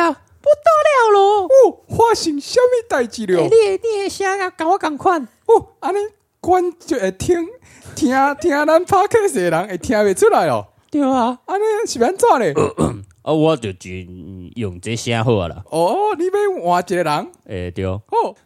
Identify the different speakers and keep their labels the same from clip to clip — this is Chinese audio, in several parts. Speaker 1: 哎
Speaker 2: 哦生什么代志了？
Speaker 3: 哎
Speaker 1: 欸你的你的声甲我共款，
Speaker 2: 哦，安尼观就会听，听听咱拍客的人会听袂出来哦。
Speaker 1: 对啊，
Speaker 2: 安尼是安怎咧？
Speaker 3: 啊，我就真用这声好啊啦，
Speaker 2: 哦，你要换一个人？
Speaker 3: 诶、对，
Speaker 2: 哦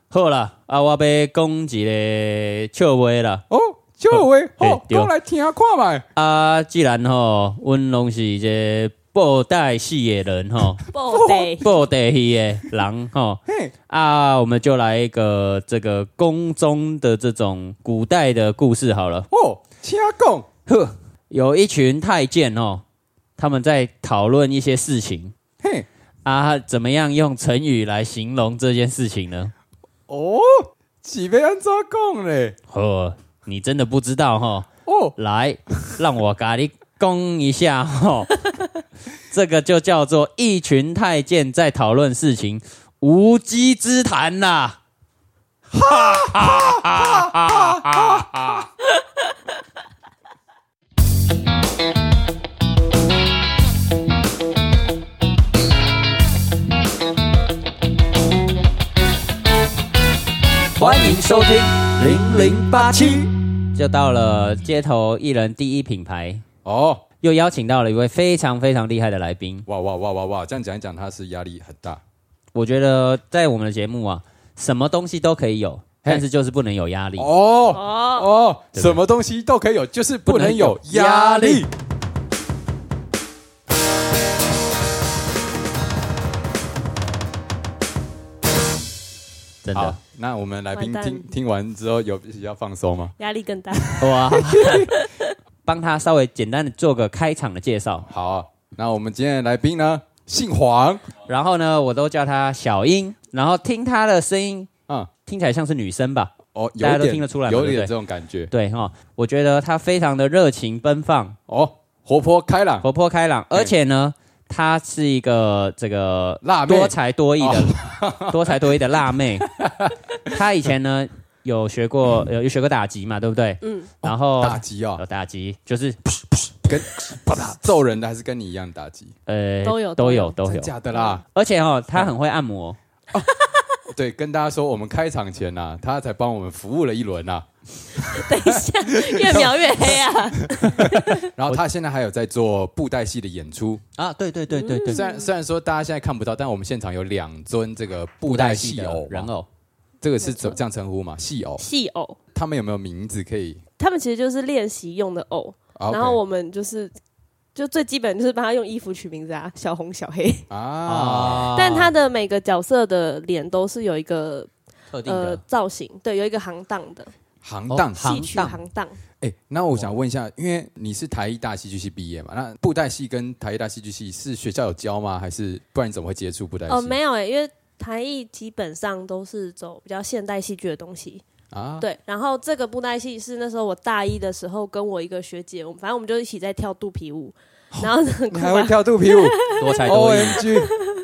Speaker 3: 好啦，啊，我要讲一个笑话啦。
Speaker 2: 哦，小话哦
Speaker 3: 嘿，对
Speaker 2: 讲来听看卖。
Speaker 3: 啊，既然吼，阮拢是一个布袋戏的人吼，
Speaker 4: 布袋
Speaker 3: 布袋戏的人吼，
Speaker 2: 嘿，
Speaker 3: 啊，我们就来一个这个宫中的这种古代的故事好了。
Speaker 2: 哦，请讲。
Speaker 3: 呵，有一群太监哦，他们在讨论一些事情
Speaker 2: 嘿，
Speaker 3: 啊，怎么样用成语来形容这件事情呢？
Speaker 2: 哦，是要安怎讲咧？
Speaker 3: 呵，哦你真的不知道哈、哦？
Speaker 2: 哦，
Speaker 3: 来，让我咖喱攻一下哦。 这个就叫做一群太监在讨论事情，无稽之谈呐、欢迎收听零零八七，就到了街头艺人第一品牌，
Speaker 2: 哦，
Speaker 3: 又邀请到了一位非常非常厉害的来宾。
Speaker 2: 哇哇哇哇哇，这样讲一讲，他是压力很大。
Speaker 3: 我觉得在我们的节目啊，什么东西都可以有，但是就是不能有压力。
Speaker 2: 哦
Speaker 4: 哦，
Speaker 2: 哦，
Speaker 3: 对不对
Speaker 2: 什么东西都可以有，就是不能有
Speaker 3: 不能有
Speaker 2: 压
Speaker 3: 压力
Speaker 2: 力。
Speaker 3: 真
Speaker 2: 好
Speaker 3: 的，
Speaker 2: 那我们来宾
Speaker 4: 完蛋
Speaker 2: 听听完之后有比较放松吗？
Speaker 4: 压力更大。
Speaker 3: 哇！ 帮他稍微简单的做个开场的介绍，
Speaker 2: 好啊、那我们今天的来宾呢，姓黄，
Speaker 3: 然后呢，我都叫他小英，然后听他的声音，
Speaker 2: 嗯，
Speaker 3: 听起来像是女生吧？
Speaker 2: 哦，有
Speaker 3: 大家都
Speaker 2: 点
Speaker 3: 听得出来嘛
Speaker 2: 有
Speaker 3: 对不
Speaker 2: 点
Speaker 3: 对
Speaker 2: 这种感觉，
Speaker 3: 对哈、哦，我觉得他非常的热情奔放，
Speaker 2: 哦，活泼开朗，
Speaker 3: 活泼开朗，
Speaker 2: 对
Speaker 3: 而且呢，他是一个这个
Speaker 2: 辣妹哦
Speaker 3: 多才多艺的、 多才多艺的辣妹。他以前呢有学过有有学过打击嘛，对不对？
Speaker 4: 嗯，
Speaker 3: 然后
Speaker 2: 打击哦
Speaker 3: 有，打击，就是
Speaker 2: 跟啪嗒揍人的还是跟你一样打击，
Speaker 3: 呃
Speaker 4: 都有
Speaker 3: 都有都
Speaker 2: 真
Speaker 3: 有，
Speaker 2: 假的啦？
Speaker 3: 而且哦，他很会按摩。
Speaker 2: 对，跟大家说，我们开场前呐、他才帮我们服务了一轮啊呐、
Speaker 4: 等一下， 越描越黑啊！
Speaker 2: 然后他现在还有在做布袋戏的演出，
Speaker 3: 啊，对对对对对，
Speaker 2: 虽然虽然说大家现在看不到，但我们现场有两尊这个布
Speaker 3: 古
Speaker 2: 袋
Speaker 3: 代
Speaker 2: 戏
Speaker 3: 的
Speaker 2: 偶嘛，
Speaker 3: 人偶，
Speaker 2: 这个是怎这样称呼嘛？戏偶，
Speaker 4: 戏偶，
Speaker 2: 他们有没有名字可以？
Speaker 4: 他们其实就是练习用的偶，
Speaker 2: 啊
Speaker 4: 然后
Speaker 2: OK
Speaker 4: 我们就是就最基本就是帮他用衣服取名字啊，小红、小黑。
Speaker 2: 啊，
Speaker 3: 啊
Speaker 4: 但他的每个角色的脸都是有一个
Speaker 3: 特定
Speaker 4: 呃
Speaker 3: 的
Speaker 4: 造型，对，有一个行当的
Speaker 2: 行当
Speaker 3: 哦行
Speaker 4: 戏曲
Speaker 3: 当
Speaker 4: 行当。
Speaker 2: 哎，那我想问一下，因为你是台艺大戏剧系毕业嘛？那布袋戏跟台艺大戏剧系是学校有教吗？还是不然你怎么会接触布袋戏？
Speaker 4: 哦，没有诶、因为台艺基本上都是走比较现代戏剧的东西。
Speaker 2: 啊，
Speaker 4: 对，然后这个布袋戏是那时候我大一的时候跟我一个学姐，我们反正我们就一起在跳肚皮舞，然后呢，
Speaker 2: 哦
Speaker 4: 啊
Speaker 2: 你还会跳肚 皮舞
Speaker 3: 多才
Speaker 2: ？O
Speaker 3: 多艺，
Speaker 2: M G，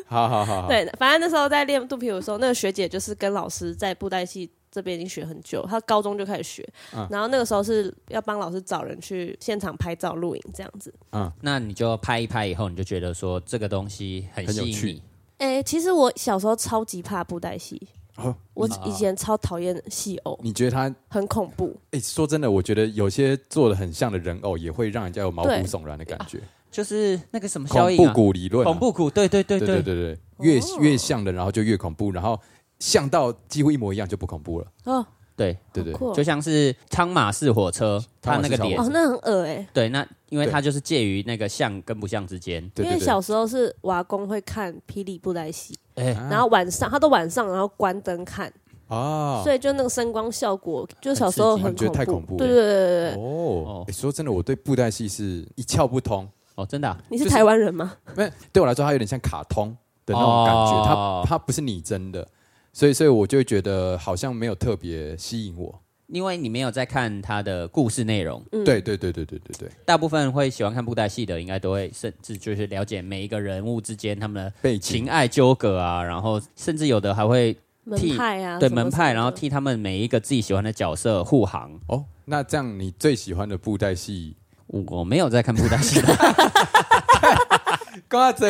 Speaker 2: 好哎好好好，
Speaker 4: 对，反正那时候在练肚皮舞的时候，那个学姐就是跟老师在布袋戏这边已经学很久，她高中就开始学，
Speaker 2: 嗯
Speaker 4: 然后那个时候是要帮老师找人去现场拍照录影这样子。
Speaker 3: 那你就拍一拍以后，你就觉得说这个东西很
Speaker 2: 很有
Speaker 3: 吸引
Speaker 2: 趣
Speaker 3: 你。
Speaker 4: 哎、其实我小时候超级怕布袋戏，
Speaker 2: 哦
Speaker 4: 我以前超讨厌戏偶，
Speaker 2: 你觉得他？
Speaker 4: 很恐怖。
Speaker 2: 哎，说真的，我觉得有些做的很像的人偶，也会让人家有毛骨
Speaker 4: 对
Speaker 2: 悚然的感觉。
Speaker 3: 就是那个什么效
Speaker 2: 恐
Speaker 3: 应
Speaker 2: 怖
Speaker 3: 啊，
Speaker 2: 谷理论啊，
Speaker 3: 恐怖谷，对对对
Speaker 2: 对
Speaker 3: 对
Speaker 2: 对对对，越
Speaker 4: 哦
Speaker 2: 越像的，然后就越恐怖，然后像到几乎一模一样就不恐怖了。
Speaker 4: 哦，
Speaker 3: 对，
Speaker 2: 对对
Speaker 4: 好，酷哦
Speaker 3: 就像是汤马式火车，它
Speaker 2: 汤马
Speaker 3: 那
Speaker 2: 式
Speaker 3: 个
Speaker 2: 小火
Speaker 3: 脸
Speaker 2: 车
Speaker 4: 哦，，那很恶哎、
Speaker 3: 对，那因为
Speaker 2: 对
Speaker 3: 它就是介于那个像跟不像之间。
Speaker 2: 对
Speaker 4: 因为
Speaker 2: 对对，
Speaker 4: 小时候是瓦工会看霹雳布袋戏，
Speaker 3: 哎，
Speaker 2: 啊
Speaker 4: 然后晚上他都晚上然后关灯看，
Speaker 2: 哦
Speaker 4: 所以就那个声光效果，就小时候
Speaker 3: 很
Speaker 4: 很
Speaker 2: 刺激你觉得
Speaker 4: 恐
Speaker 2: 太
Speaker 4: 怖，
Speaker 2: 恐怖了
Speaker 4: 对对对对对对，
Speaker 2: 哦
Speaker 3: 哦，
Speaker 2: 诶说真的，我对布袋戏是一窍不通。
Speaker 3: 哦，真的啊
Speaker 4: 你是
Speaker 2: 就是
Speaker 4: 台湾人吗？
Speaker 2: 因为对我来说，它有点像卡通的那种感觉，
Speaker 3: 哦
Speaker 2: 它它不是拟真的，所以所以我就会觉得好像没有特别吸引我。
Speaker 3: 因为你没有在看它的故事内容，
Speaker 4: 嗯
Speaker 2: 对对对对对对对，
Speaker 3: 大部分会喜欢看布袋戏的，应该都会甚至就是了解每一个人物之间他们的
Speaker 2: 背景
Speaker 3: 情爱纠葛啊，然后甚至有的还会
Speaker 4: 门派啊，
Speaker 3: 对
Speaker 4: 什么
Speaker 3: 门派，
Speaker 4: 什么的
Speaker 3: 然后替他们每一个自己喜欢的角色护航。
Speaker 2: 哦，那这样你最喜欢的布袋 戏？
Speaker 3: 我没有在看布袋戏的，
Speaker 2: 瓜子，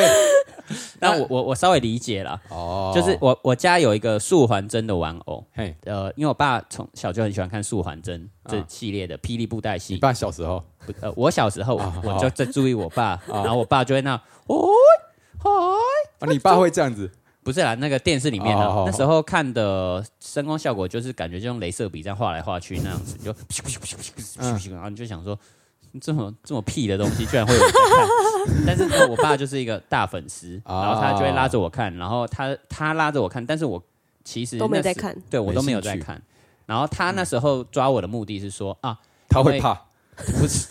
Speaker 3: 但我我我稍微理解啦，
Speaker 2: 哦，
Speaker 3: 就是我我家有一个素还真的玩偶，
Speaker 2: 嘿，
Speaker 3: 呃，因为我爸从小就很喜欢看素还真这
Speaker 2: 啊
Speaker 3: 系列的霹雳布袋
Speaker 2: 你
Speaker 3: 戏，
Speaker 2: 爸小时候
Speaker 3: 不呃，我小时候
Speaker 2: 啊
Speaker 3: 我
Speaker 2: 好
Speaker 3: 就在注意我爸，然后我爸就会那哦。
Speaker 2: 啊，你爸会这样子
Speaker 3: 不是啦，那个电视里面
Speaker 2: 哦哦
Speaker 3: 啊
Speaker 2: 哦，
Speaker 3: 那时候看的声光效果就是感觉就用镭射笔这样画来画去那样子，
Speaker 2: 嗯
Speaker 3: 你就咻咻咻咻咻咻咻，然后你就想说，这么这么屁的东西居然会有人在看。但是呢，我爸就是一个大粉丝，
Speaker 2: 哦
Speaker 3: 然后他就会拉着我看，然后他他拉着我看，但是我其实
Speaker 4: 都
Speaker 3: 那
Speaker 4: 没
Speaker 3: 时
Speaker 4: 在看，
Speaker 3: 对我都没有在
Speaker 2: 没兴趣嗯
Speaker 3: 看。然后他那时候抓我的目的是说啊，
Speaker 2: 他会
Speaker 3: 因为
Speaker 2: 怕
Speaker 3: 不是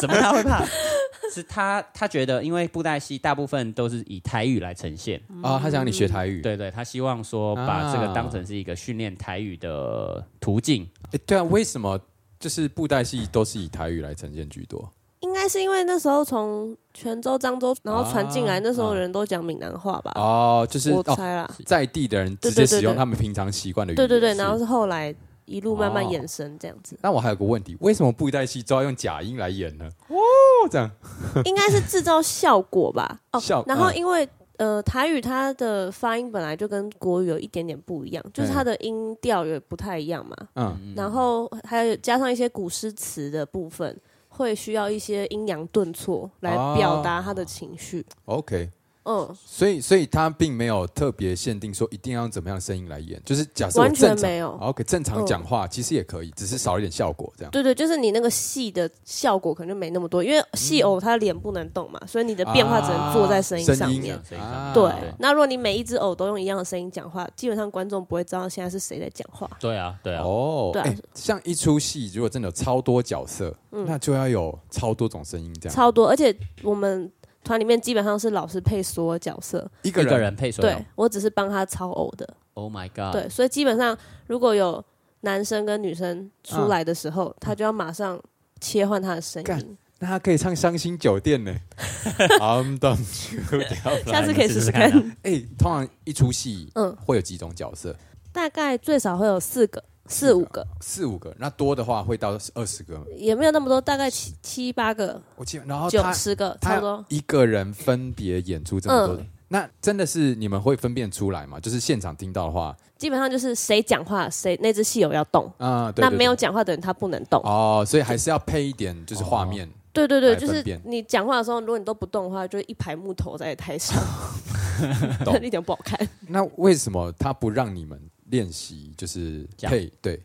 Speaker 3: 什么他会怕， 是他他觉得因为布袋戏大部分都是以台语来呈现。
Speaker 4: 嗯
Speaker 2: 啊，他想让你学台语。
Speaker 3: 对对，他希望说
Speaker 2: 啊
Speaker 3: 把这个当成是一个训练台语的途径。
Speaker 2: 诶对啊，为什么就是布袋戏都是以台语来呈现居多？
Speaker 4: 应该是因为那时候从泉州、漳州，然后传进来，
Speaker 2: 啊
Speaker 4: 那时候人都讲闽南话吧，
Speaker 2: 哦，就是
Speaker 4: 啊我
Speaker 2: 哦，
Speaker 4: 猜啦。
Speaker 2: 在地的人直
Speaker 4: 对对
Speaker 2: 接
Speaker 4: 对对
Speaker 2: 使用他们平常习惯的语
Speaker 4: 对
Speaker 2: 言。
Speaker 4: 对对，
Speaker 2: 是
Speaker 4: 然后是后来一路慢慢
Speaker 2: 哦，
Speaker 4: 延伸这样 子
Speaker 2: 那我还有个问题，为什么布袋戏都要用假音来演呢？哦，这样
Speaker 4: 应该是制造效果吧。哦
Speaker 2: 效，
Speaker 4: 然后
Speaker 2: 嗯
Speaker 4: 因为。呃，台语它的发音本来就跟国语有一点点不一样，就是它的音调也不太一样嘛。
Speaker 2: 嗯，
Speaker 4: 然后还有加上一些古诗词的部分，会需要一些阴阳顿挫来
Speaker 2: 哦
Speaker 4: 表达他的情绪。
Speaker 2: ，OK，
Speaker 4: 嗯，
Speaker 2: 所以所以他并没有特别限定说一定要用怎么样的声音来演，就是假设我
Speaker 4: 完全
Speaker 2: 正常哦
Speaker 4: 没有。嗯
Speaker 2: OK 正常讲话其实也可以，只是少一点效果这样。
Speaker 4: 对对，就是你那个戏的效果可能就没那么多，因为戏偶它脸不能动嘛，所以你的变化只能做在声音上面。
Speaker 2: 啊
Speaker 3: 声音上面
Speaker 4: 对
Speaker 3: 对，
Speaker 4: 那如果你每一只偶都用一样的声音讲话，基本上观众不会知道现在是谁在讲话。
Speaker 3: 对啊，对啊，
Speaker 2: 哦，
Speaker 4: 对啊嗯
Speaker 2: 诶像一出戏如果真的有超多角色，那就要有超多种声音这样。
Speaker 4: 超多，而且我们团里面基本上是老师配所有角色，
Speaker 2: 一个
Speaker 3: 一个
Speaker 2: 人
Speaker 3: 人配所有
Speaker 4: 对。我只是帮他操偶的。
Speaker 3: Oh my god！
Speaker 4: 对，所以基本上如果有男生跟女生出来的时候，他就要马上切换他的声
Speaker 2: 干
Speaker 4: 音。
Speaker 2: 那他可以唱《伤心酒店》 呢。I'm done you down
Speaker 3: 不然
Speaker 4: 下次可以
Speaker 3: 你
Speaker 4: 试
Speaker 3: 试
Speaker 4: 试
Speaker 3: 看
Speaker 4: 看
Speaker 3: 啊。
Speaker 2: 哎，通常一出戏，嗯
Speaker 4: 嗯，
Speaker 2: 会有几种角色，
Speaker 4: 大概最少会有四个、四
Speaker 2: 四
Speaker 4: 五
Speaker 2: 个
Speaker 4: 个，
Speaker 2: 四五个，那多的话会到二十个。
Speaker 4: 也没有那么多，大概七七八个、
Speaker 2: 我记得，然后
Speaker 4: 九
Speaker 2: 哦他
Speaker 4: 十个，差不
Speaker 2: 他
Speaker 4: 多。嗯
Speaker 2: 一个人分别演出这么多，那真的是你们会分辨出来吗？就是现场听到的话，
Speaker 4: 基本上就是谁讲话，谁那只戏友要动。
Speaker 2: 啊，对
Speaker 4: 那
Speaker 2: 对
Speaker 4: 没有
Speaker 2: 对
Speaker 4: 讲话的人他不能动。
Speaker 2: 哦，所以还是要配一点就是画面。
Speaker 4: 对对对，
Speaker 2: 来
Speaker 4: 就
Speaker 2: 分
Speaker 4: 是
Speaker 2: 辨
Speaker 4: 你讲话的时候，如果你都不动的话，就是一排木头在 台上
Speaker 2: 懂，
Speaker 4: 一点不好看。
Speaker 2: 那为什么他不让你们练习？就是
Speaker 3: 讲
Speaker 2: 配对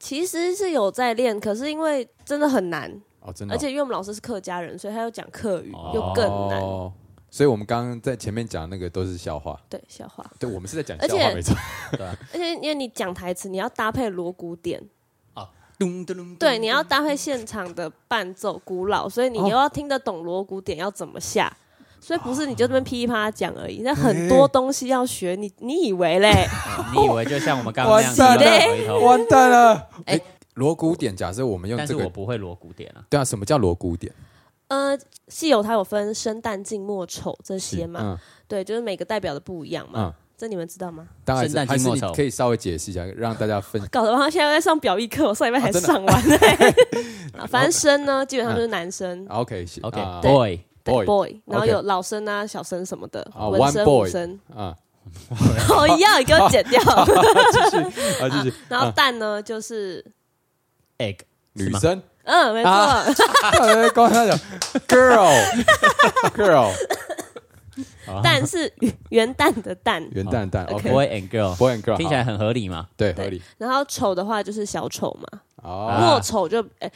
Speaker 4: 其实是有在练，可是因为真的很难，
Speaker 2: 哦，真的哦、
Speaker 4: 而且因为我们老师是客家人，所以他又讲客语，
Speaker 3: 哦
Speaker 4: 又更难。
Speaker 2: 哦所以我们刚刚在前面讲的那个都是笑话，
Speaker 4: 对，笑话。
Speaker 2: 对我们是在讲
Speaker 4: 而
Speaker 2: 笑
Speaker 4: 且
Speaker 2: 话没错。
Speaker 4: 而且因为你讲台词，你要搭配锣鼓点，
Speaker 3: 咚咚
Speaker 2: 嗯
Speaker 3: 咚
Speaker 4: 对，你要搭配现场的伴奏古老，所以你
Speaker 2: 哦
Speaker 4: 又要听得懂锣鼓点要怎么下。所以不是你就这边噼里啪啦讲而已，
Speaker 2: 哦
Speaker 4: 那很多东西要学。你你以为 嘞？
Speaker 3: 你以为就像我们刚刚那样子
Speaker 2: 完蛋
Speaker 3: 乱回头？
Speaker 2: 完蛋了！哎、
Speaker 3: 哎
Speaker 2: 锣鼓点，假设我们用
Speaker 3: 但
Speaker 2: 这
Speaker 3: 是我
Speaker 2: 个，
Speaker 3: 不会锣鼓点啊。
Speaker 2: 对啊，什么叫锣鼓点？
Speaker 4: 呃，戏友它有分生旦净末丑这些嘛？
Speaker 2: 嗯
Speaker 4: 对，就是每个代表的不一样嘛。
Speaker 2: 嗯，
Speaker 4: 这你们知道吗？
Speaker 2: 当然是
Speaker 3: 圣诞
Speaker 2: 还
Speaker 3: 寂
Speaker 2: 是
Speaker 3: 寞
Speaker 2: 你
Speaker 3: 手
Speaker 2: 可以稍微解释一下，让大家分
Speaker 4: 搞得我好像现在在上表意课，我上礼拜
Speaker 2: 啊
Speaker 4: 才
Speaker 2: 真的
Speaker 4: 上完、 欸。啊反正生呢，基本上就是男生、
Speaker 2: OK 是
Speaker 3: OK，
Speaker 2: 啊
Speaker 3: boy，
Speaker 2: boy
Speaker 4: boy，然后
Speaker 2: OK
Speaker 4: 有老生啊、小生什么的，
Speaker 2: 啊
Speaker 4: 文
Speaker 2: one
Speaker 4: 生、
Speaker 2: boy
Speaker 4: 武生。
Speaker 2: 啊，
Speaker 4: 哦，一样，你给我剪 掉。
Speaker 2: 啊就是
Speaker 4: 然后蛋呢，就是
Speaker 3: egg，
Speaker 2: 女生，
Speaker 4: 嗯，没错，
Speaker 3: 啊
Speaker 2: 哎刚才讲 girl girl
Speaker 4: 蛋是元旦的蛋，
Speaker 2: 元旦蛋
Speaker 4: OK
Speaker 2: OK
Speaker 3: ，boy and girl，
Speaker 2: boy and girl
Speaker 3: 听起来
Speaker 2: 好
Speaker 3: 很合理嘛？
Speaker 2: 对
Speaker 4: 对
Speaker 2: 合理
Speaker 4: 然后丑的话就是小丑嘛，
Speaker 2: 哦
Speaker 3: 啊
Speaker 4: 末丑就呃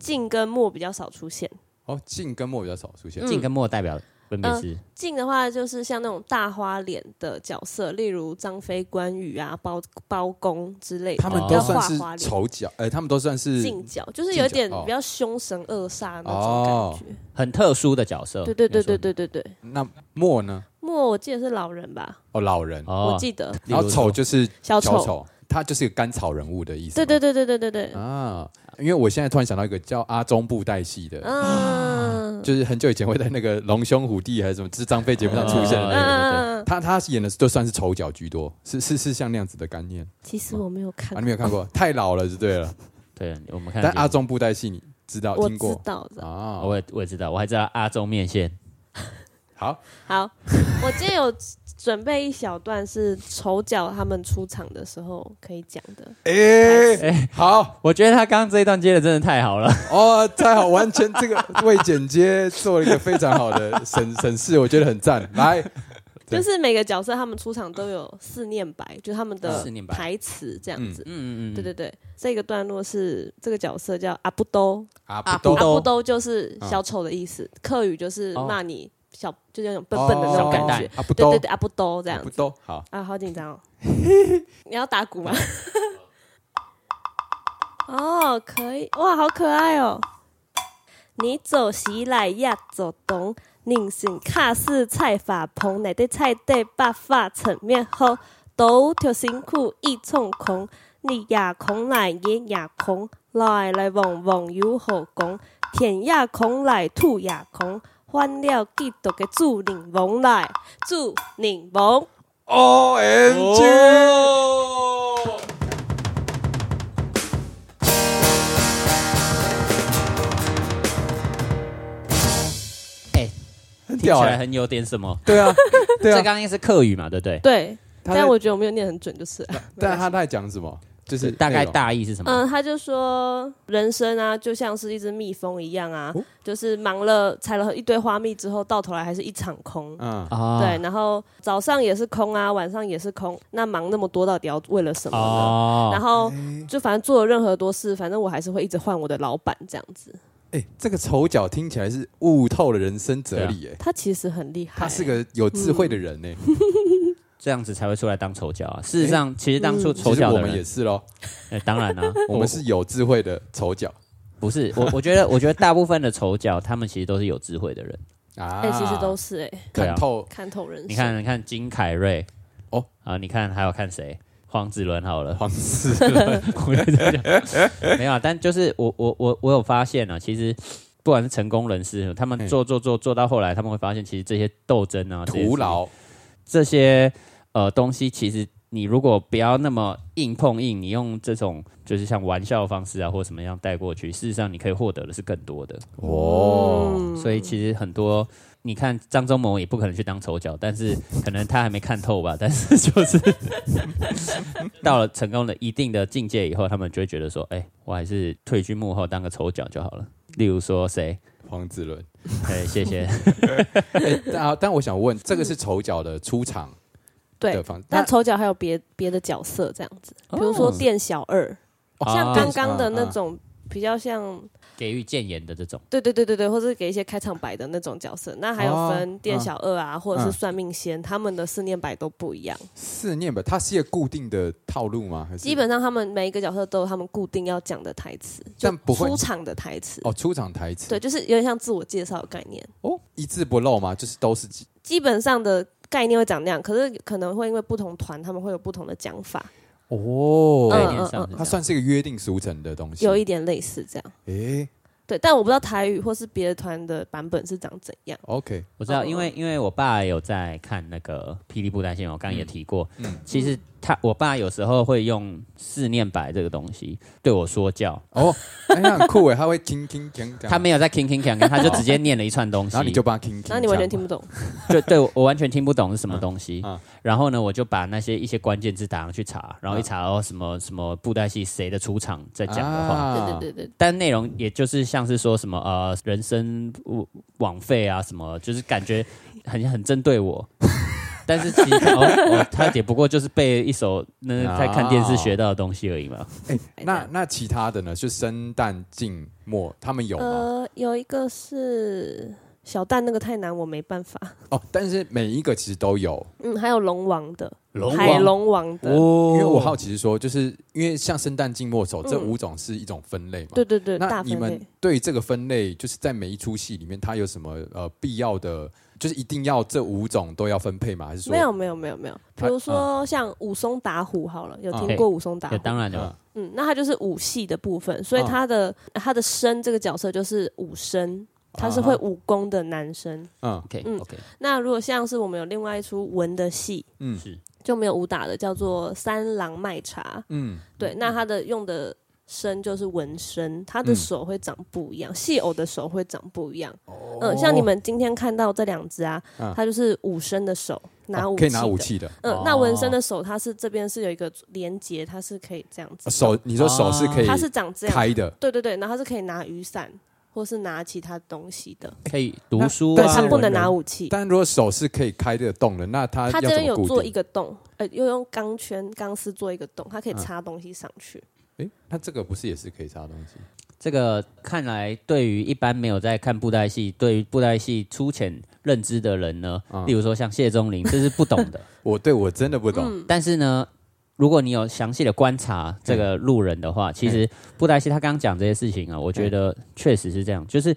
Speaker 4: 进跟末比较少出现，
Speaker 2: 哦静跟默比较少出
Speaker 4: 嗯
Speaker 2: 现
Speaker 3: 静跟默代表分
Speaker 4: 呃
Speaker 3: 别是
Speaker 4: 进的话就是像那种大花脸的角色，例如张飞、关羽啊、包包公之类的，
Speaker 2: 他们
Speaker 3: 哦
Speaker 2: 都
Speaker 4: 要
Speaker 2: 算
Speaker 4: 画
Speaker 2: 是
Speaker 4: 花脸。
Speaker 2: 丑角，哎他们都算是
Speaker 4: 进角就是有点
Speaker 2: 进角哦
Speaker 4: 比较凶神恶煞那种
Speaker 2: 哦
Speaker 4: 感觉，
Speaker 3: 很特殊的角色。
Speaker 4: 对对对对
Speaker 3: 应该说
Speaker 4: 对对对。
Speaker 2: 那默呢
Speaker 4: 末我记得是老人吧，
Speaker 2: 哦老人，
Speaker 4: 我
Speaker 3: 哦，
Speaker 4: 记得
Speaker 2: 然后丑就是
Speaker 4: 小
Speaker 2: 小
Speaker 4: 丑，
Speaker 2: 丑，他就是一个甘草人物的意思
Speaker 4: 对
Speaker 2: 嘛，
Speaker 4: 对对对对对对，
Speaker 2: 啊，因为我现在突然想到一个叫阿中布袋戏的，
Speaker 4: 嗯，
Speaker 2: 就是很久以前会在那个龙兄虎弟还是什么，就是张飞节目上出现的那个。
Speaker 4: 嗯，
Speaker 2: 他他演的都算是丑角居多，是是是像那样子的概念
Speaker 4: 其实我没有看
Speaker 2: 啊，你，没有看过，太老了就对了。
Speaker 3: 对，我们看哦
Speaker 2: 但
Speaker 3: 的
Speaker 2: 阿中布袋戏你知道
Speaker 4: 我
Speaker 2: 听
Speaker 4: 知
Speaker 2: 过
Speaker 4: 道的，
Speaker 2: 啊？
Speaker 3: 我也我也知道，我还知道阿中面线。
Speaker 2: 好，
Speaker 4: 好， 我今天有准备一小段是丑角他们出场的时候可以讲的。
Speaker 2: 哎、
Speaker 3: 哎、
Speaker 2: 好
Speaker 3: 我觉得他刚刚这一段接的真的太好了，
Speaker 2: 哦，太好，完全这个为剪接做了一个非常好的审审视，我觉得很赞。来，对
Speaker 4: 就是每个角色他们出场都有四念白，就是他们的
Speaker 3: 四念白
Speaker 4: 台词这样子。
Speaker 3: 嗯嗯嗯，
Speaker 4: 对对对，这个段落是这个角色叫阿布兜，
Speaker 2: 阿
Speaker 3: 阿
Speaker 2: 都
Speaker 3: 布
Speaker 4: 阿
Speaker 3: 兜
Speaker 4: 布兜就是小丑的意思，客语就是骂你小，就是那种笨笨的那
Speaker 2: 哦
Speaker 4: 种感
Speaker 3: 哦笨
Speaker 4: 觉。
Speaker 2: 阿不
Speaker 4: 对
Speaker 2: 都
Speaker 4: 对对，阿布兜这样
Speaker 2: 阿不
Speaker 4: 子
Speaker 2: 都好，
Speaker 4: 啊，好紧张哦！你要打鼓吗？ 哦，可以哇，好可爱哦！你走西来呀，走东，人生卡是菜法棚，内底菜底把发层面好，都条辛苦一冲空，你也空来也也空，来来往往有好讲，田也空来土也空，换了几多个祝柠檬来，祝柠檬。
Speaker 2: O M 哦 G！
Speaker 4: 哦
Speaker 3: 哎
Speaker 2: 很
Speaker 3: 听起
Speaker 2: 屌
Speaker 3: 来
Speaker 2: 哎，
Speaker 3: 很有点什么。
Speaker 2: 对 啊，对
Speaker 3: 这
Speaker 2: 啊
Speaker 3: 刚，刚应该是客语嘛，对不啊对？
Speaker 4: 对，
Speaker 2: 他
Speaker 4: 但
Speaker 2: 在
Speaker 4: 我觉得我没有念很准，就是了，
Speaker 2: 但他在讲什么？就是
Speaker 3: 大概
Speaker 2: 内容
Speaker 3: 大意是什么？
Speaker 4: 嗯，他就说人生啊，就像是一只蜜蜂一样啊，
Speaker 2: 哦
Speaker 4: 就是忙了采了一堆花蜜之后，到头来还是一场空。
Speaker 2: 嗯，
Speaker 3: 啊
Speaker 4: 对，然后早上也是空啊，晚上也是空，那忙那么多，到底要为了什么呢？然
Speaker 3: 哦，
Speaker 4: 后就反正做了任何多事，反正我还是会一直换我的老板这样子。
Speaker 2: 哎，这个丑角听起来是悟透了人生哲理哎，
Speaker 4: 他其实很厉害，
Speaker 2: 他是个有智慧的人
Speaker 4: 嗯
Speaker 2: 哎，
Speaker 3: 这样子才会出来当丑角啊。事实上，其实当初丑
Speaker 2: 其实
Speaker 3: 角
Speaker 2: 我
Speaker 3: 的
Speaker 2: 们也
Speaker 3: 人，
Speaker 2: 是喽，
Speaker 3: 哎当 然啊，
Speaker 2: 我们是有智慧的丑角
Speaker 3: 不是我？我觉得，我觉得大部分的丑角，他们其实都是有智慧的人。
Speaker 2: 啊哦
Speaker 4: 哎、，其实都是哎、
Speaker 3: 对啊
Speaker 2: 看透
Speaker 4: 看透人生。
Speaker 3: 你看，你看金凯瑞，
Speaker 2: 哦
Speaker 3: 啊，你看还有看谁？黄子伦好了，
Speaker 2: 皇室
Speaker 3: 我就这样 讲没有啊，但就是我我我我有发现啊，其实不管是成功人士，他们
Speaker 2: 嗯
Speaker 3: 做做做做到后来，他们会发现，其实这些斗争啊，这些事
Speaker 2: 徒劳，
Speaker 3: 这些呃东西，其实你如果不要那么硬碰硬，你用这种就是像玩笑的方式啊，或什么样带过去，事实上你可以获得的是更多的。
Speaker 2: 哦，
Speaker 3: 所以其实很多，你看张忠谋也不可能去当丑角，但是可能他还没看透吧。但是就是到了成功的一定的境界以后，他们就会觉得说，哎、我还是退居幕后当个丑角就好了。例如说谁，
Speaker 2: 黄子伦。
Speaker 3: 哎，谢谢。
Speaker 2: 哎，但 啊但我想问，这个是丑角的出场的
Speaker 4: 嗯对，
Speaker 2: 方，
Speaker 4: 但
Speaker 2: 那
Speaker 4: 丑角还有别别的角色这样子，比如说店小二，
Speaker 2: 哦
Speaker 4: 像刚刚
Speaker 2: 啊
Speaker 4: 的
Speaker 2: 啊
Speaker 4: 那种比较像，
Speaker 3: 给予谏言的这种，
Speaker 4: 对对对对对，或是给一些开场白的那种角色。那还
Speaker 2: 哦
Speaker 4: 有
Speaker 2: 嗯
Speaker 4: 分店小二啊，或者是算命仙，他们的四念白都不一样。
Speaker 2: 四念吧，它是一个固定的套路吗？还是
Speaker 4: 基本上他们每一个角色都有他们固定要讲的台词，就
Speaker 2: 但不会
Speaker 4: 出场的台词。
Speaker 2: 哦，出场台词
Speaker 4: 对，就是有点像自我介绍的概念。
Speaker 2: 哦，一字不漏吗？就是都是几
Speaker 4: 基本上的概念会长那样，可是可能会因为不同团他们会有不同的讲法，
Speaker 2: 哦
Speaker 3: 概
Speaker 4: 嗯
Speaker 3: 念上是这样
Speaker 2: 它算是一个约定俗成的东西。
Speaker 4: 有一点类似这样。
Speaker 2: 诶
Speaker 4: 对，但我不知道台语或是别的团的版本是长怎样。
Speaker 2: ，OK，
Speaker 3: 我知道，
Speaker 4: 嗯
Speaker 3: 因为因为我爸有在看那个《霹雳布袋戏》，我刚刚也提过。
Speaker 2: 嗯嗯
Speaker 3: 其实他我爸有时候会用四念白这个东西对我说教，
Speaker 2: 哦，哎，那很 酷哎，他会听听听，
Speaker 3: 他没有在 king king king，他就直接念了一串东西，
Speaker 2: 啊然后你就帮他听听，
Speaker 4: 然后你完全听不懂，
Speaker 3: 就对 我我完全听不懂是什么东西。
Speaker 2: 嗯嗯
Speaker 3: 然后呢，我就把那些一些关键字打上去查，然后一查
Speaker 2: 啊
Speaker 3: 哦什么什么布袋戏谁的出场在
Speaker 2: 这
Speaker 3: 讲
Speaker 2: 样
Speaker 3: 的话。
Speaker 2: 啊
Speaker 4: 对对对对。
Speaker 3: 但内容也就是像是说什么呃人生呃枉费啊什么，就是感觉很很针对我。 但是其实哦哦，他也不过就是背一首那
Speaker 2: 啊
Speaker 3: 在看电视学到的东西而已嘛。
Speaker 2: 那那其他的呢？就生旦净末，他们有吗？
Speaker 4: 呃，有一个是小蛋，那个太难，我没办法。
Speaker 2: 哦，但是每一个其实都有，
Speaker 4: 嗯，还有龙王的，
Speaker 3: 龙王
Speaker 4: 海龙王的，
Speaker 3: 哦
Speaker 2: 因为我好奇是说，就是因为像生旦净末丑这
Speaker 4: 嗯
Speaker 2: 五种是一种分类嘛？
Speaker 4: 对对对，
Speaker 2: 那
Speaker 4: 大
Speaker 2: 你
Speaker 4: 分
Speaker 2: 们
Speaker 4: 类。
Speaker 2: 对于这个分类，就是在每一出戏里面，它有什么呃必要的，就是一定要这五种都要分配吗？还是说
Speaker 4: 没有没有没有没有，比
Speaker 2: 啊
Speaker 4: 如说像武松打虎好了，有
Speaker 2: 啊
Speaker 4: 听
Speaker 3: 嘿
Speaker 4: 过武松打
Speaker 3: 也
Speaker 4: 虎？
Speaker 3: 当然有，
Speaker 4: 嗯，那他就是武戏的部分，所以
Speaker 2: 啊
Speaker 4: 他的他的生这个角色就是武生，他是
Speaker 2: 啊哈
Speaker 4: 会武功的男生。
Speaker 2: 嗯
Speaker 3: OK
Speaker 4: 嗯
Speaker 3: OK，
Speaker 4: 那如果像是我们有另外一出文的戏，
Speaker 2: 嗯
Speaker 3: 是
Speaker 4: 就没有武打的，叫做《三郎卖茶》。
Speaker 2: 嗯嗯
Speaker 4: 对，那他的用的生就是纹身，他的手会长不一样，戏偶的手会长不一样。
Speaker 2: 哦
Speaker 4: 嗯，像你们今天看到这两只啊
Speaker 2: 嗯，
Speaker 4: 它就是武生的手，拿
Speaker 2: 哦
Speaker 4: 武器、
Speaker 2: 可以拿武。器的。
Speaker 4: 嗯
Speaker 3: 哦，
Speaker 4: 那纹身的手，它是这边是有一个连接，它是可以这样
Speaker 2: 啊
Speaker 4: 子，
Speaker 2: 手，你说手是可以
Speaker 4: 嗯啊它是长这样，
Speaker 2: 开的，
Speaker 4: 对对对，然后它是可以拿雨伞或是拿其他东西的，
Speaker 3: 可以读书
Speaker 2: 但
Speaker 4: 但
Speaker 2: 是
Speaker 4: 它
Speaker 3: 啊，
Speaker 4: 不能拿武器。
Speaker 2: 但如果手是可以开得动的，那它要
Speaker 4: 它这
Speaker 2: 怎
Speaker 4: 边
Speaker 2: 么
Speaker 4: 有
Speaker 2: 固
Speaker 4: 做一
Speaker 2: 定？
Speaker 4: 个洞，呃，又用钢圈、钢丝做一个洞，它可以
Speaker 2: 啊
Speaker 4: 插东西上去。
Speaker 2: 哎，那这个不是也是可以插东西？
Speaker 3: 这个看来，对于一般没有在看布袋戏、对于布袋戏粗浅认知的人呢，
Speaker 2: 嗯
Speaker 3: 例如说像谢钟林，这是不懂的。
Speaker 2: 我对我真的不懂。
Speaker 4: 嗯
Speaker 3: 但是呢，如果你有详细的观察这个路人的话，其实布袋戏他刚刚讲这些事情啊，我觉得确实是这样。就是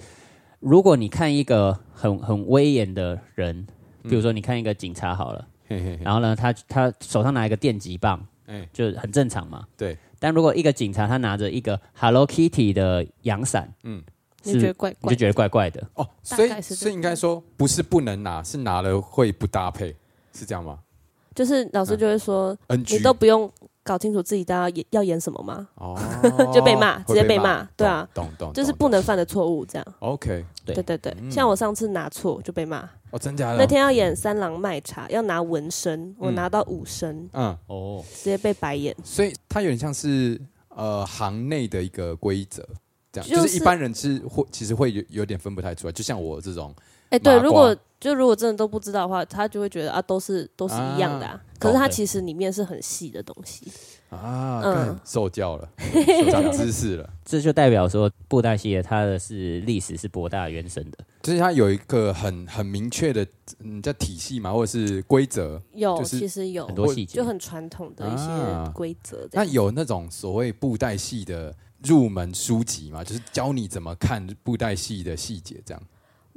Speaker 3: 如果你看一个很很威严的人，比如说你看一个警察好了，
Speaker 2: 嘿嘿嘿，
Speaker 3: 然后呢，他他手上拿一个电击棒，
Speaker 2: 哎
Speaker 3: 就很正常嘛。
Speaker 2: 对。
Speaker 3: 但如果一个警察他拿着一个 Hello Kitty 的阳伞，嗯，
Speaker 4: 你就觉得怪
Speaker 3: 你
Speaker 4: 怪
Speaker 3: 就？觉得怪怪的。
Speaker 2: 哦，
Speaker 4: 大
Speaker 2: 所以
Speaker 4: 概是这
Speaker 2: 所以
Speaker 4: 样
Speaker 2: 应该说不是不能拿，是拿了会不搭配，是这样吗
Speaker 4: 就是老
Speaker 2: 啊
Speaker 4: 师就会说，
Speaker 2: ？NG
Speaker 4: 你都不用搞清楚自己大家演要演什么吗？，
Speaker 2: 哦
Speaker 4: 就被骂
Speaker 2: 会
Speaker 4: 直接被骂对啊
Speaker 2: 懂懂，嗯懂
Speaker 4: 就是
Speaker 2: 懂
Speaker 4: 不能犯的错误，这样。
Speaker 2: OK
Speaker 3: 对
Speaker 4: 对对对，像我上次拿错就被骂。
Speaker 2: 哦，真假的？
Speaker 4: 那天要演三郎卖茶，要拿纹身，我拿到武身，
Speaker 2: 嗯，
Speaker 3: 哦，
Speaker 4: 直接被白眼。
Speaker 2: 所以它有点像是呃行内的一个规则，这样
Speaker 4: 就是
Speaker 2: 就是一般人是会其实会有有点分不太出来，就像我这种
Speaker 4: 哎，对，
Speaker 2: 麻瓜
Speaker 4: 如果就如果真的都不知道的话，他就会觉得啊，都是都是一样的啊。可是
Speaker 3: 懂
Speaker 4: 它
Speaker 3: 的
Speaker 4: 其实里面是很细的东西。
Speaker 2: 啊，
Speaker 4: 嗯
Speaker 2: 干受教 了，长知识了。
Speaker 3: 这就代表说布袋戏的它的是历史是博大原深的。
Speaker 2: 就是它有一个很很明确的，嗯，叫体系嘛，或者是规则。
Speaker 4: 有，
Speaker 2: 就是
Speaker 4: 其实有
Speaker 3: 很多细节
Speaker 4: 就很传统的一
Speaker 2: 啊
Speaker 4: 些规则这
Speaker 2: 那
Speaker 4: 样。
Speaker 2: 有那种所谓布袋戏的入门书籍嘛，就是教你怎么看布袋戏的细节，这样。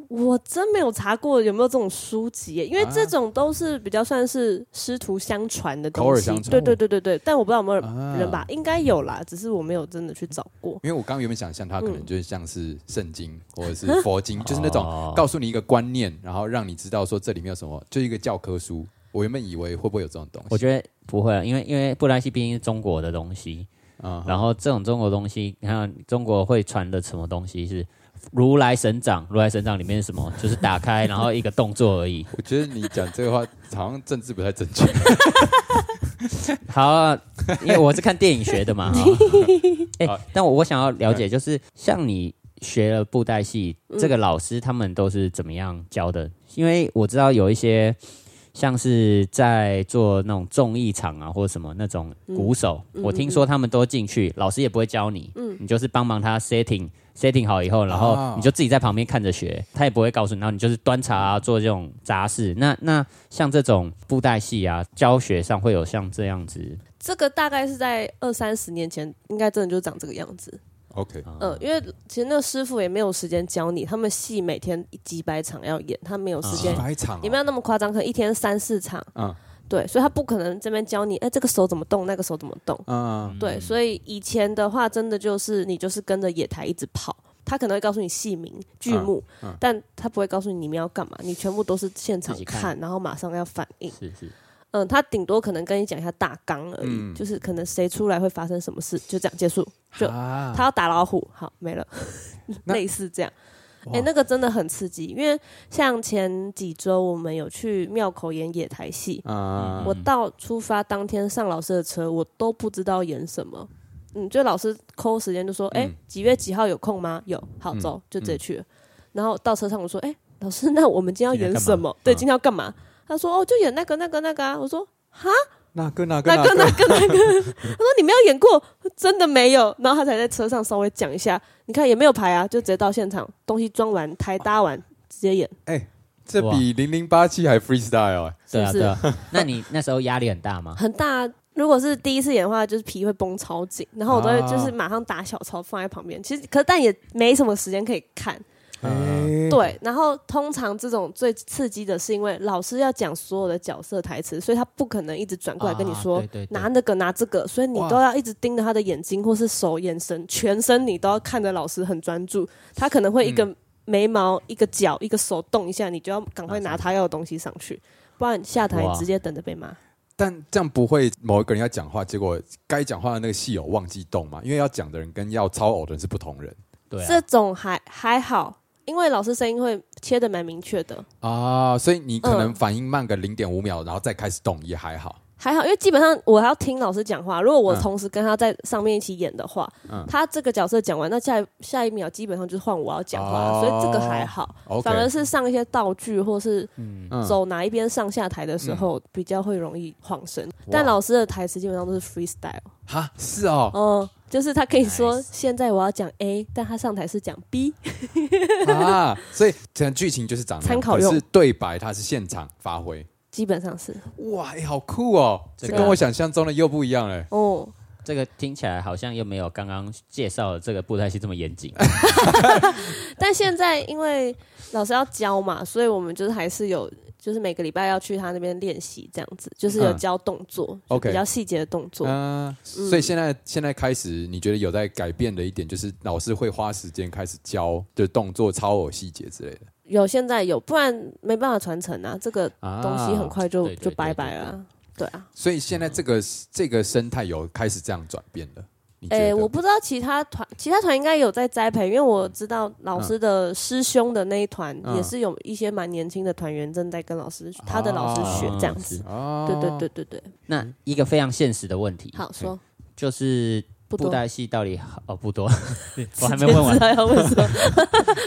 Speaker 4: 我真没有查过有没有这种书籍耶，因
Speaker 2: 啊
Speaker 4: 为这种都是比较算是师徒相传的
Speaker 2: 口
Speaker 4: 东
Speaker 2: 耳
Speaker 4: 西
Speaker 2: 相。传
Speaker 4: 对对对对对，但我不知道有没有
Speaker 2: 啊
Speaker 4: 人吧，应该有啦，只是我没有真的去找过。
Speaker 2: 因为我刚刚原本想象它可能
Speaker 4: 嗯
Speaker 2: 就是像是圣 经或者是佛经，就是那
Speaker 3: 哦
Speaker 2: 种告诉你一个观念，然后让你知道说这里面有什么，就是一个教科书。我原本以为会不会有这种东西，
Speaker 3: 我觉得不会啊，因为因为布袋戏毕竟是中国的东西，
Speaker 2: 得啊
Speaker 3: 然后这种中国东西，你看中国会传的什么东西是如来神掌？如来神掌里面是什么？就是打开然后一个动作而已。
Speaker 2: 我觉得你讲这个话好像政治不太正确。
Speaker 3: 好啊，因为我是看电影学的嘛。哈哎、但我我想要了解，就是像你学了布袋戏，这个老师他们都是怎么样教的？因为我知道有一些像是在做那种综艺场啊，或者什么那种鼓手，我听说他们都进去，老师也不会教你，你就是帮忙他 setting。setting 好以后，然后
Speaker 2: 哦
Speaker 3: 你就自己在旁边看着学，他也不会告诉你，然后你就是端茶、啊、做这种杂事。那那像这种布袋戏啊，教学上会有像这样子
Speaker 4: 这个大概是在二三十年前，应该真的就长这个样子。
Speaker 2: OK，啊
Speaker 4: 嗯，因为其实那个师傅也没有时间教你，他们戏每天几百场要演，他没有时
Speaker 2: 几
Speaker 4: 间，
Speaker 2: 百场哦
Speaker 4: 也没有那么夸张，可能一天三四场。
Speaker 2: 嗯
Speaker 4: 对，所以他不可能这边教你，哎，这个手怎么动，那个手怎么动。
Speaker 2: 嗯，
Speaker 4: 对，所以以前的话，真的就是你就是跟着野台一直跑，他可能会告诉你戏名、剧
Speaker 2: 嗯
Speaker 4: 目，但他不会告诉你你们要干嘛，你全部都是现场
Speaker 3: 自己
Speaker 4: 看，
Speaker 3: 看
Speaker 4: 然后马上要反应。
Speaker 3: 是是
Speaker 4: 嗯，他顶多可能跟你讲一下大纲而已，
Speaker 2: 嗯
Speaker 4: 就是可能谁出来会发生什么事，就这样结束。就
Speaker 2: 啊
Speaker 4: 他要打老虎，好没 了，
Speaker 2: 那
Speaker 4: 类似这样。
Speaker 2: 哇
Speaker 4: 哎、那个真的很刺激，因为像前几周我们有去庙口演野台戏，
Speaker 2: 啊
Speaker 4: 我到出发当天上老师的车，我都不知道演什么。嗯，就老师抠时间就说：“哎、几月几号有空吗？有，好，走，就直接去了。然后到车上我说：“哎、老师，那我嗯们今天要嗯演什么？对，今天要干嘛？”他说：“哦，就演那个、那个、那个啊。”我说
Speaker 2: 那个那：“个
Speaker 4: 那个、
Speaker 2: 那
Speaker 4: 那
Speaker 2: 个
Speaker 4: 个、那个。”他说：“你没有演过，真的没有。”然后他才在车上稍微讲一下，你看也没有排啊，就直接到现场，东西装完，台搭完，直接演，
Speaker 2: 这比零零八七还 freestyle 哎，
Speaker 4: 是
Speaker 3: 对
Speaker 4: 不
Speaker 3: 啊
Speaker 4: 是？
Speaker 3: 对啊。那你那时候压力很 大吗？
Speaker 4: 很大。如果是第一次演的话，就是皮会绷超紧，然后我都会
Speaker 2: 啊
Speaker 4: 就是马上打小抄放在旁边。其实可但也没什么时间可以看，
Speaker 2: 哎
Speaker 4: 对。然后通常这种最刺激的是因为老师要讲所有的角色台词，所以他不可能一直转过来跟你说、
Speaker 3: 啊对对对
Speaker 4: 拿那个拿这个，所以你
Speaker 2: 哇
Speaker 4: 都要一直盯着他的眼睛或是手眼神，全身你都要看着老师很专注。他可能会一
Speaker 3: 嗯
Speaker 4: 个眉毛、一个脚、一个手动一下，你就要赶快拿他要的东西上去，不然下台
Speaker 3: 哇
Speaker 4: 直接等着被骂。
Speaker 2: 但这样不会某一个人要讲话，结果该讲话的那个戏友忘记动嘛？因为要讲的人跟要操偶的人是不同人
Speaker 3: 对
Speaker 4: 这
Speaker 3: 啊，
Speaker 4: 种还还好，因为老师声音会切的蛮明确的，
Speaker 2: 啊，所以你可能
Speaker 4: 嗯
Speaker 2: 反应慢个零点五秒，然后再开始动也还好。
Speaker 4: 还好，因为基本上我还要听老师讲话。如果我
Speaker 2: 嗯
Speaker 4: 同时跟他在上面一起演的话，
Speaker 2: 嗯
Speaker 4: 他这个角色讲完，那下一下一秒基本上就是换我要讲话，
Speaker 2: 哦
Speaker 4: 所以这个还好。
Speaker 2: OK，
Speaker 4: 反而是上一些道具或是
Speaker 3: 嗯，
Speaker 2: 嗯
Speaker 4: 走哪一边上下台的时候，比较会容易晃神。但老师的台词基本上都是 freestyle，
Speaker 2: 哈是哦
Speaker 4: 嗯，就是他可以说
Speaker 3: Nice
Speaker 4: 现在我要讲 A，但他上台是讲 B，
Speaker 2: 啊，所以整个剧情就是长那样
Speaker 4: 参考用
Speaker 2: 可是对白它是现场发挥。
Speaker 4: 基本上是
Speaker 2: 哇，哎、好酷哦！这
Speaker 3: 这个
Speaker 2: 跟我想象中的又不一样了。
Speaker 4: 哦。
Speaker 3: 这个听起来好像又没有刚刚介绍的这个布袋戏这么严谨。
Speaker 4: 但现在因为老师要教嘛，所以我们就是还是有，就是每个礼拜要去他那边练习，这样子就是有
Speaker 2: 嗯
Speaker 4: 教动作，就
Speaker 2: OK
Speaker 4: 比较细节的动作。
Speaker 2: 嗯、所以现在现在开始，你觉得有在改变的一点，就是老师会花时间开始教的动作、超偶细节之类的
Speaker 4: 有现在有，不然没办法传承啊，这个
Speaker 2: 啊
Speaker 4: 东西很快就、
Speaker 3: 对对
Speaker 4: 就拜拜了啊。对啊，
Speaker 2: 所以现在这个、这个生态有开始这样转变了。你觉
Speaker 4: 诶、
Speaker 2: 得？
Speaker 4: 我不知道其他团，其他团应该有在栽培，因为我知道老师的师兄的那一团、
Speaker 2: 嗯
Speaker 4: 也是有一些蛮年轻的团员正在跟老师、他的老师学这样子。
Speaker 2: 哦
Speaker 4: 对对对对对，
Speaker 3: 那一个非常现实的问题，
Speaker 4: 好说
Speaker 3: 就是
Speaker 4: 不
Speaker 3: 布
Speaker 4: 多。
Speaker 3: 袋戏到底好哦不 多，我还没问完
Speaker 4: 直接知。道要问什么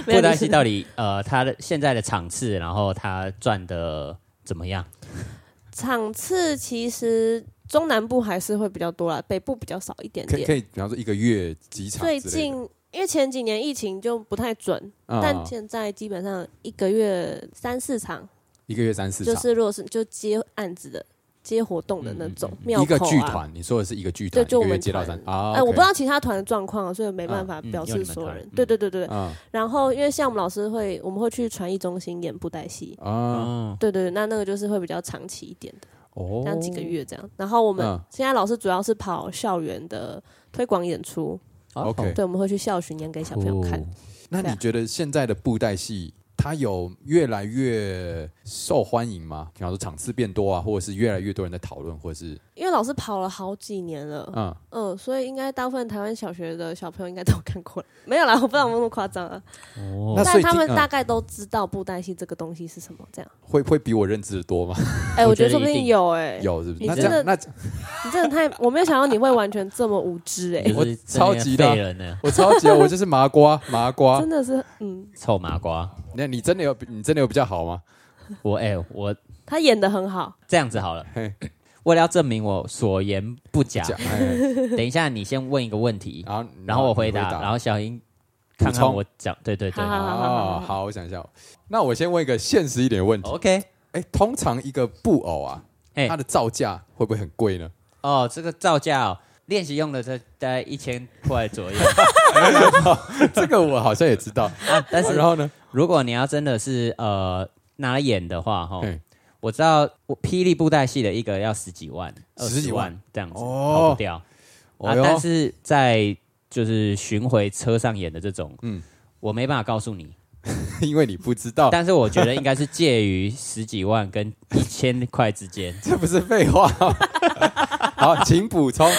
Speaker 4: 没
Speaker 3: 布
Speaker 4: 有你
Speaker 3: 袋
Speaker 4: 是
Speaker 3: 戏到底呃它的现在的场次，然后它赚的怎么样？
Speaker 4: 场次其实中南部还是会比较多啦，北部比较少一点
Speaker 2: 可以可
Speaker 4: 点。
Speaker 2: 以，比方说一个月几场之类
Speaker 4: 最
Speaker 2: 的，
Speaker 4: 近因为前几年疫情就不太准，
Speaker 2: 嗯
Speaker 4: 但现在基本上一个月三四场，
Speaker 2: 一个月三四场，
Speaker 4: 就是如果是就接案子的、接活动的那种
Speaker 3: 嗯嗯
Speaker 4: 庙口、啊、
Speaker 2: 一个剧。团，你说的是一个剧团，
Speaker 4: 对就我
Speaker 2: 一个
Speaker 4: 们
Speaker 2: 月接到三啊，
Speaker 4: 哎，我不知
Speaker 2: OK
Speaker 4: 道其他团的状况啊，所以没办法
Speaker 3: 嗯嗯
Speaker 4: 表
Speaker 3: 有
Speaker 4: 示
Speaker 3: 你们
Speaker 4: 所有人
Speaker 3: 团。
Speaker 4: 对对对对对。
Speaker 2: 啊
Speaker 4: 然后因为像我们老师会，我们会去传艺中心演布袋戏。
Speaker 2: 啊
Speaker 3: 嗯，
Speaker 4: 对对对，那那个就是会比较长期一点的。
Speaker 2: 哦
Speaker 4: 这样几个月这样。然后我们
Speaker 2: 嗯
Speaker 4: 现在老师主要是跑校园的推广演出，
Speaker 2: OK
Speaker 4: 对，我们会去校巡演给小朋友看
Speaker 3: 哦。
Speaker 2: 那
Speaker 4: 对
Speaker 2: 你
Speaker 4: 啊
Speaker 2: 觉得现在的布袋戏，它有越来越受欢迎吗？比方说场次变多啊，或者是越来越多人在讨论，或者是
Speaker 4: 因为老师跑了好几年了，
Speaker 2: 嗯，
Speaker 4: 嗯，所以应该大部分台湾小学的小朋友应该都看过了。没有啦，我不知道有没有那么夸张啊，
Speaker 3: 哦
Speaker 2: 那所
Speaker 4: 但
Speaker 2: 以
Speaker 4: 他们
Speaker 2: 听嗯
Speaker 4: 大概都知道布袋戏这个东西是什么。这样，
Speaker 2: 会会比我认知的多吗？
Speaker 4: 哎，
Speaker 3: 我
Speaker 4: 我觉得
Speaker 3: 觉得
Speaker 4: 说不
Speaker 3: 一
Speaker 4: 定
Speaker 3: 定
Speaker 4: 有哎，
Speaker 2: 有是不是？
Speaker 4: 你
Speaker 2: 那这
Speaker 4: 真的
Speaker 2: 样那
Speaker 4: 你真的太，我没有想到你会完全这么无知哎，
Speaker 3: 就
Speaker 2: 我
Speaker 3: 是
Speaker 2: 超级的
Speaker 3: 废人呢，
Speaker 2: 我超级啊，我就是麻瓜 麻瓜
Speaker 4: 真。的是，嗯，
Speaker 3: 臭麻瓜。
Speaker 2: 那你真的有比你真的有比较好吗？
Speaker 3: 我哎、我
Speaker 4: 他演的很好，
Speaker 3: 这样子好了
Speaker 2: 嘿，
Speaker 3: 为了要证明我所言不假，
Speaker 2: 讲，哎
Speaker 3: 等一下你先问一个问题，
Speaker 2: 然后
Speaker 3: 然后我
Speaker 2: 你
Speaker 3: 回答，然后小英看
Speaker 2: 补
Speaker 3: 看
Speaker 2: 充
Speaker 3: 我讲，对对对
Speaker 4: 啊好好
Speaker 2: 哦，好，我想一下。那我先问一个现实一点的问题，
Speaker 3: ，OK，
Speaker 2: 哎，通常一个布偶啊，
Speaker 3: 哦哎
Speaker 2: 它的造价会不会很贵呢？
Speaker 3: 哦，这个造价、哦、练习用的这大概一千块 左右，
Speaker 2: 这个我好像也知 道。
Speaker 3: 啊但
Speaker 2: 啊
Speaker 3: 是
Speaker 2: 然后呢？
Speaker 3: 如果你要真的是呃拿来演的话，哈
Speaker 2: 嘿，
Speaker 3: 我知道我霹雳布袋戏的一个要十几万、二
Speaker 2: 十几
Speaker 3: 十
Speaker 2: 万
Speaker 3: 万这样子，
Speaker 2: 哦
Speaker 3: 跑不掉。啊
Speaker 2: 哎，呦
Speaker 3: 但是在就是巡回车上演的这种，
Speaker 2: 嗯
Speaker 3: 嗯，我没办法告诉你，
Speaker 2: 因为你不知道，
Speaker 3: 但是我觉得应该是介于十几万跟一千块之间。
Speaker 2: 这不是废话 吗。好，请补充。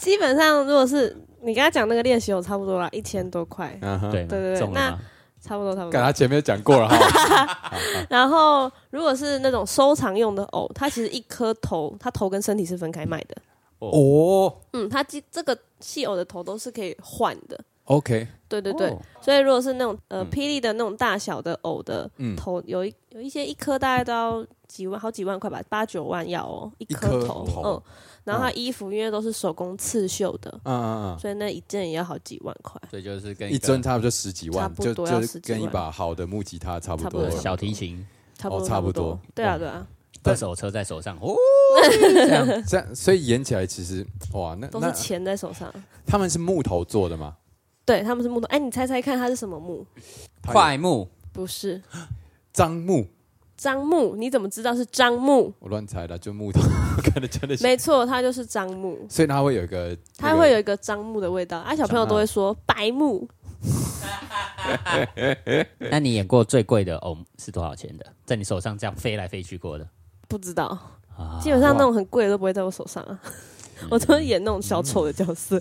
Speaker 4: 基本上如果是你刚才讲那个练习，有差不多啦，一千多块，
Speaker 2: 嗯哼，
Speaker 3: 对
Speaker 4: 对对对
Speaker 3: 中了吗？
Speaker 4: 差不多差不多
Speaker 2: 刚。他前面讲过 了哈。
Speaker 4: 然后，如果是那种收藏用的藕，它其实一颗头，它头跟身体是分开卖的。
Speaker 2: 哦
Speaker 4: 嗯，它这这个细藕的头都是可以换的。
Speaker 2: ，OK，
Speaker 4: 对对对，
Speaker 3: 哦
Speaker 4: 所以如果是那种呃
Speaker 3: 嗯
Speaker 4: 霹雳的那种大小的藕的
Speaker 2: 嗯
Speaker 4: 头，有一有一些一颗大概都要几万，好几万块吧，八九万要哦，一颗
Speaker 2: 一颗
Speaker 4: 头。
Speaker 2: 头
Speaker 4: 嗯，然后它衣服因为都是手工刺绣的，
Speaker 2: 嗯嗯
Speaker 4: 所以那一件也要好几万块，
Speaker 3: 所以就是跟
Speaker 2: 嗯，
Speaker 3: 个
Speaker 2: 一尊差不多十几
Speaker 4: 差
Speaker 2: 万，
Speaker 4: 不
Speaker 2: 就
Speaker 4: 多要
Speaker 2: 就
Speaker 4: 十几
Speaker 2: 跟
Speaker 4: 万
Speaker 2: 一把好的木吉他差不多
Speaker 4: 差不多
Speaker 2: 了。
Speaker 3: 小提琴、
Speaker 4: 差不多、
Speaker 2: 哦差不多
Speaker 4: 多。对啊对啊，
Speaker 3: 二手车在手上，哦，
Speaker 2: 这样，所以演起来其实哇，那
Speaker 4: 都是
Speaker 2: 那
Speaker 4: 钱在手上。
Speaker 2: 他们是木头做的吗？
Speaker 4: 对，他们是木头。哎，你猜猜看它是什么木？
Speaker 2: 它有
Speaker 3: 快木
Speaker 4: 不是。
Speaker 2: 樟木，
Speaker 4: 樟木，你怎么知道是樟木？
Speaker 2: 我乱猜的，就木头， 看着真的是。
Speaker 4: 没错，它就是樟木，
Speaker 2: 所以它会有一个，
Speaker 4: 它会有一个樟木的味道。啊，小朋
Speaker 2: 樟
Speaker 4: 友
Speaker 2: 木
Speaker 4: 都会说白木，
Speaker 3: 那你演过最贵的偶是多少钱的？在你手上这样飞来飞去过的
Speaker 4: 不知道，
Speaker 3: 啊
Speaker 4: 基本上那种很贵的都不会在我手上啊，
Speaker 2: 嗯
Speaker 4: 我都是演那种小丑的角色。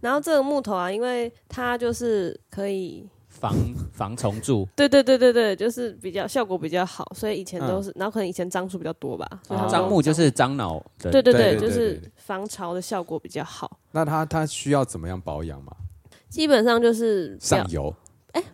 Speaker 4: 然后这个木头啊，因为它就是可以，
Speaker 3: 防防虫蛀，
Speaker 4: 对对对对对，就是比较效果比较好，所以以前
Speaker 2: 嗯
Speaker 4: 都是，然后可能以前樟树比较多吧，所以他们都
Speaker 3: 樟
Speaker 4: 用
Speaker 3: 木就是樟脑的，
Speaker 4: 对对
Speaker 2: 啊对
Speaker 4: 对，
Speaker 2: 对
Speaker 4: 就
Speaker 2: 对
Speaker 4: 是
Speaker 2: 对对
Speaker 4: 防潮的效果比较好。
Speaker 2: 那它它需要怎么样保养嘛？
Speaker 4: 基本上就是不要
Speaker 2: 上油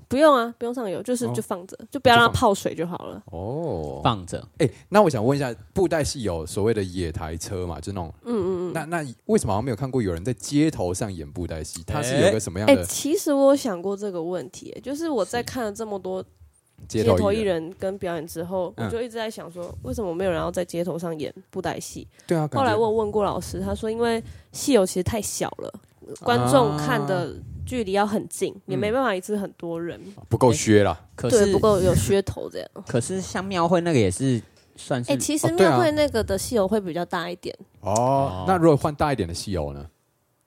Speaker 4: 不用啊，不用上油，就是
Speaker 2: 哦
Speaker 4: 就放着，就不要让
Speaker 2: 就
Speaker 4: 它泡水就好了。
Speaker 2: 哦。
Speaker 3: 放着。
Speaker 2: 哎、那我想问一下，布袋戏有所谓的野台车嘛？就那种，嗯嗯嗯。那那为什么好像没有看过有人在街头上演布袋戏？它是有个什么样
Speaker 4: 哎、
Speaker 2: 的
Speaker 4: 其实我有想过这个问题，欸就是我在看了这么多街
Speaker 2: 街头
Speaker 4: 头艺
Speaker 2: 艺人？
Speaker 4: 人跟表演之后，
Speaker 2: 嗯
Speaker 4: 我就一直在想说，为什么没有人要在街头上演布袋戏？
Speaker 2: 对啊，感觉
Speaker 4: 后来我有问过老师，他说因为戏友其实太小了，
Speaker 2: 啊
Speaker 4: 观众看的距离要很近，
Speaker 2: 嗯
Speaker 4: 也没办法一次很多人，
Speaker 2: 不够削啦。
Speaker 3: 可
Speaker 4: 对，
Speaker 3: 是
Speaker 4: 不够有噱头这样。
Speaker 3: 可是像庙会那个也是算
Speaker 4: 哎、
Speaker 3: 是
Speaker 4: 其实
Speaker 2: 哦对啊
Speaker 4: 庙会那个的戏友会比较大一点，
Speaker 2: 哦，那如果换大一点的戏偶呢？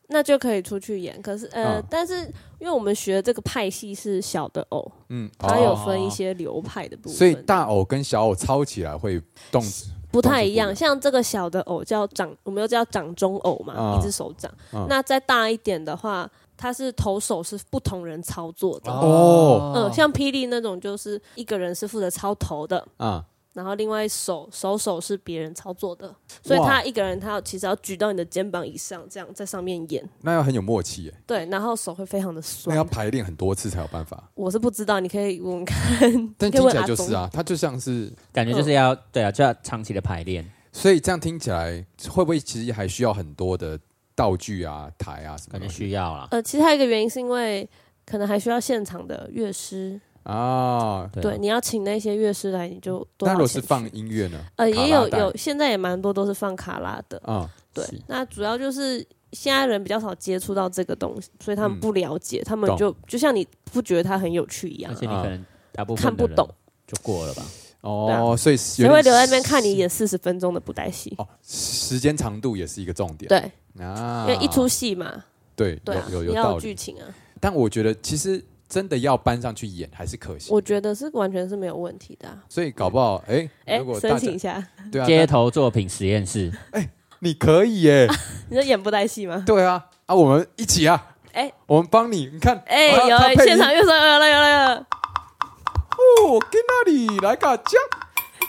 Speaker 4: 那就可以出去演。可是呃，
Speaker 2: 嗯
Speaker 4: 但是因为我们学的这个派系是小的偶，
Speaker 2: 嗯，
Speaker 4: 它有分一些流派啊的部分，
Speaker 2: 所以大偶跟小偶操起来会动，
Speaker 4: 不太
Speaker 2: 动
Speaker 4: 一
Speaker 2: 作不一样
Speaker 4: 样。像这个小的偶叫掌，我们又叫掌中偶嘛，
Speaker 2: 啊
Speaker 4: 一只手掌。
Speaker 2: 嗯
Speaker 4: 那再大一点的话，它是头手是不同人操作的。
Speaker 2: 哦
Speaker 4: 嗯，像霹雳那种，就是一个人是负责操头的，
Speaker 2: 啊，
Speaker 4: 然后另外手手手是别人操作的，所以
Speaker 2: 哇
Speaker 4: 他一个人他要其实要举到你的肩膀以上，这样在上面演，
Speaker 2: 那要很有默契耶，
Speaker 4: 对，然后手会非常的
Speaker 2: 那
Speaker 4: 酸
Speaker 3: 啊
Speaker 2: 要。排练很多次才有办法。
Speaker 4: 我是不知道，你可以问问看。
Speaker 2: 但
Speaker 4: 可以
Speaker 2: 听
Speaker 4: 问
Speaker 2: 起来
Speaker 4: 阿
Speaker 2: 就是啊，它就像是，
Speaker 3: 感觉就是要对啊，就要长期的排练。
Speaker 2: 所以这样听起来会不会其实还需要很多的道具啊、台啊什么
Speaker 3: 感觉
Speaker 2: 的
Speaker 3: 需要啦。
Speaker 4: 呃，其实还有一个原因是因为可能还需要现场的乐师，
Speaker 2: 啊？
Speaker 3: 对啊
Speaker 4: 对，你要请那些乐师来，你就
Speaker 2: 那
Speaker 4: 多少
Speaker 2: 如果
Speaker 4: 钱
Speaker 2: 是
Speaker 4: 去
Speaker 2: 放音乐呢？
Speaker 4: 呃
Speaker 2: 卡拉
Speaker 4: 也有
Speaker 2: 带
Speaker 4: 有，现在也蛮多都是放卡拉的，
Speaker 2: 啊，
Speaker 4: 对
Speaker 2: 是，
Speaker 4: 那主要就是。现在人比较少接触到这个东西，所以他们
Speaker 2: 嗯
Speaker 4: 不了解，他们
Speaker 2: 懂
Speaker 4: 就就像你不觉得它很有趣一样
Speaker 3: 而
Speaker 4: 啊、
Speaker 3: 且你可能大部分
Speaker 4: 看不
Speaker 3: 的人
Speaker 4: 懂
Speaker 3: 就过了吧？
Speaker 2: 哦，所以谁
Speaker 4: 谁会留在那边看你演四十分钟的布袋戏？
Speaker 2: 哦，时间长度也是一个重点。
Speaker 4: 对，
Speaker 2: 啊
Speaker 4: 因为一出戏嘛，
Speaker 2: 对
Speaker 4: 对啊，
Speaker 2: 有有
Speaker 4: 你
Speaker 2: 有
Speaker 4: 要
Speaker 2: 道
Speaker 4: 有剧
Speaker 2: 理，
Speaker 4: 情啊。
Speaker 2: 但我觉得其实真的要搬上去演还是可惜。
Speaker 4: 我觉得是完全是没有问题的啊、
Speaker 2: 所以搞不好，哎、
Speaker 4: 哎、
Speaker 2: 如果大
Speaker 4: 申
Speaker 2: 家
Speaker 4: 请一下，
Speaker 2: 对啊，
Speaker 3: 街头作品实验室，
Speaker 2: 那你可以 耶，
Speaker 4: 你说演布袋戏吗？
Speaker 2: 对啊，啊，我们一起啊，
Speaker 4: 哎
Speaker 2: 我们帮你，你看，
Speaker 4: 哎、
Speaker 2: 我要
Speaker 4: 有、
Speaker 2: 搭
Speaker 4: 哎
Speaker 2: 啊配
Speaker 4: 现
Speaker 2: 你
Speaker 4: 场乐手，有了有了有了。
Speaker 2: 哦，给那里来个奖，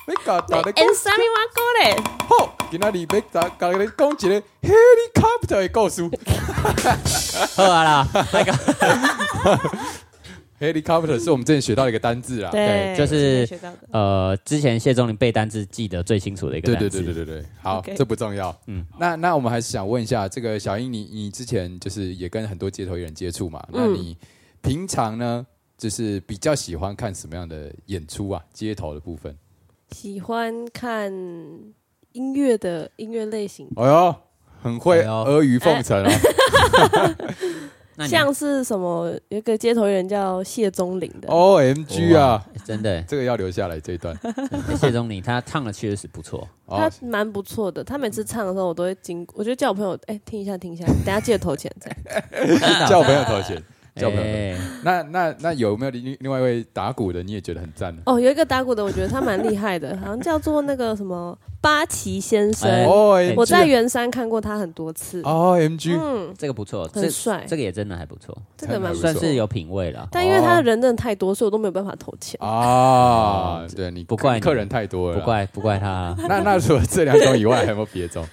Speaker 2: 别个打的
Speaker 4: 哎，三米挖沟嘞，
Speaker 2: 好，给那里别打打的讲一个 helicopter 的故事
Speaker 3: 好啊啦，那个
Speaker 2: ，helicopter 是我们之前学到的一个单字啦，
Speaker 3: 对就
Speaker 4: 我
Speaker 3: 是
Speaker 4: 学到的。
Speaker 3: 呃，之前谢钟林背单字记得最清楚的一个
Speaker 2: 对
Speaker 3: 单
Speaker 2: 对
Speaker 3: 字，
Speaker 2: 对对对对，好
Speaker 4: OK
Speaker 2: 这不重要。嗯，那那我们还是想问一下，这个小英你，你之前就是也跟很多街头艺人接触
Speaker 4: 嗯
Speaker 2: 嘛？那你平常呢，就是比较喜欢看什么样的演出啊？街头的部分？
Speaker 4: 喜欢看音乐的音乐类型，
Speaker 2: 哎呦，很会
Speaker 3: 哎呦
Speaker 2: 阿谀奉承哦。
Speaker 3: 那你
Speaker 4: 像是什么有一个街头人叫谢宗林的，
Speaker 2: O M G 啊，
Speaker 3: 哇哦真的
Speaker 2: 这个要留下来这一 段。
Speaker 3: 谢钟林他唱的确实不错，
Speaker 4: 他
Speaker 2: 哦，
Speaker 4: 蛮不错的。他每次唱的时候，我都会经过，我就叫我朋友哎、听一下听一下，等下记得投钱 这样。
Speaker 2: 叫朋友投钱，叫朋友投钱。
Speaker 3: 哎
Speaker 2: 那那那有没有另另外一位打鼓的，你也觉得很赞呢？
Speaker 4: 哦，有一个打鼓的，我觉得他蛮厉害的，好像叫做那个什么八旗先生。
Speaker 3: 哎
Speaker 2: 哦，
Speaker 4: 我在圆山看过他很多次，
Speaker 2: O M G，
Speaker 4: 嗯，
Speaker 3: 这个不错，这
Speaker 4: 很帅
Speaker 3: 这个也真的还不错，
Speaker 4: 这个蛮
Speaker 2: 还
Speaker 4: 不错
Speaker 2: 不
Speaker 3: 算
Speaker 2: 错。
Speaker 3: 是有品味了。
Speaker 4: 但因为他的人真的太多，所以我都没有办法投钱。
Speaker 2: 哦啊，对你
Speaker 3: 哦不怪你
Speaker 2: 客人太多了，
Speaker 3: 不。怪不怪他啊，
Speaker 2: 那那除了这两种以外，还有没有别 种？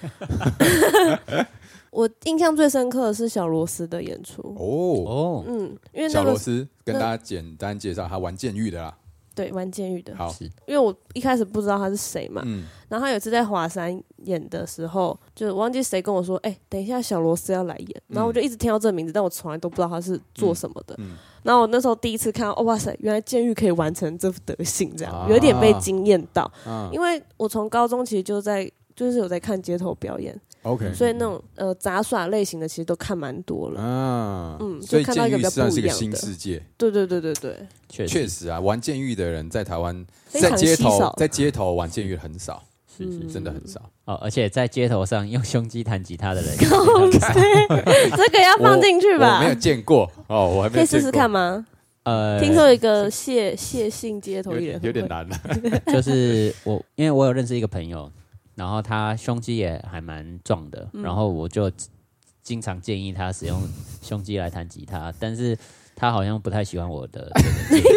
Speaker 4: 我印象最深刻的是小罗斯的演出，
Speaker 2: 哦，
Speaker 3: 哦，
Speaker 4: 嗯，因为那
Speaker 2: 小
Speaker 4: 个
Speaker 2: 螺丝跟
Speaker 4: 那
Speaker 2: 大家简单介绍，他玩监狱的啦。
Speaker 4: 对玩监狱的，
Speaker 2: 好，
Speaker 3: 是
Speaker 4: 因为我一开始不知道他是谁嘛，
Speaker 2: 嗯，
Speaker 4: 然后他有一次在华山演的时候，就忘记谁跟我说，哎、等一下小罗斯要来演，然后我就一直听到这个名字，但我从来都不知道他是做什么的。
Speaker 2: 嗯嗯嗯
Speaker 4: 然后我那时候第一次看到，哦哇塞，原来监狱可以完成这副德性，这样、
Speaker 2: 啊
Speaker 4: 有一点被惊艳到，
Speaker 2: 啊
Speaker 4: 因为我从高中其实就在。就是有在看街头表演，
Speaker 2: ，OK，
Speaker 4: 所以那种呃杂耍类型的其实都看蛮多了。
Speaker 2: 啊，
Speaker 4: 嗯就
Speaker 2: 所以
Speaker 4: 看到
Speaker 2: 监
Speaker 4: 一个
Speaker 2: 狱
Speaker 4: 比
Speaker 2: 实际上
Speaker 4: 较不
Speaker 2: 是
Speaker 4: 一
Speaker 2: 个
Speaker 4: 样
Speaker 2: 新
Speaker 4: 的
Speaker 2: 世界。
Speaker 4: 对对对 对对，
Speaker 3: 确实
Speaker 2: 确实啊，玩监狱的人在台湾，
Speaker 4: 非
Speaker 2: 在
Speaker 4: 常
Speaker 2: 街
Speaker 4: 稀
Speaker 2: 头
Speaker 4: 少，嗯
Speaker 2: 在街头玩监狱很少，
Speaker 3: 是是
Speaker 2: 真的很少。
Speaker 3: 哦，而且在街头上用胸肌弹吉他的人 也非常少，
Speaker 4: 这个要放进去
Speaker 2: 我
Speaker 4: 吧
Speaker 2: 没？有见过哦，我还没
Speaker 4: 可
Speaker 2: 有
Speaker 4: 以
Speaker 2: 见过
Speaker 4: 试试看，吗？
Speaker 3: 呃，
Speaker 4: 听说有一个谢谢姓街头
Speaker 2: 有
Speaker 4: 艺人
Speaker 2: 有点
Speaker 4: 大，
Speaker 2: 难了。
Speaker 3: 就是我，因为我有认识一个朋友，然后他胸肌也还蛮壮的，然后我就经常建议他使用胸肌来弹吉他，但是他好像不太喜欢我的这个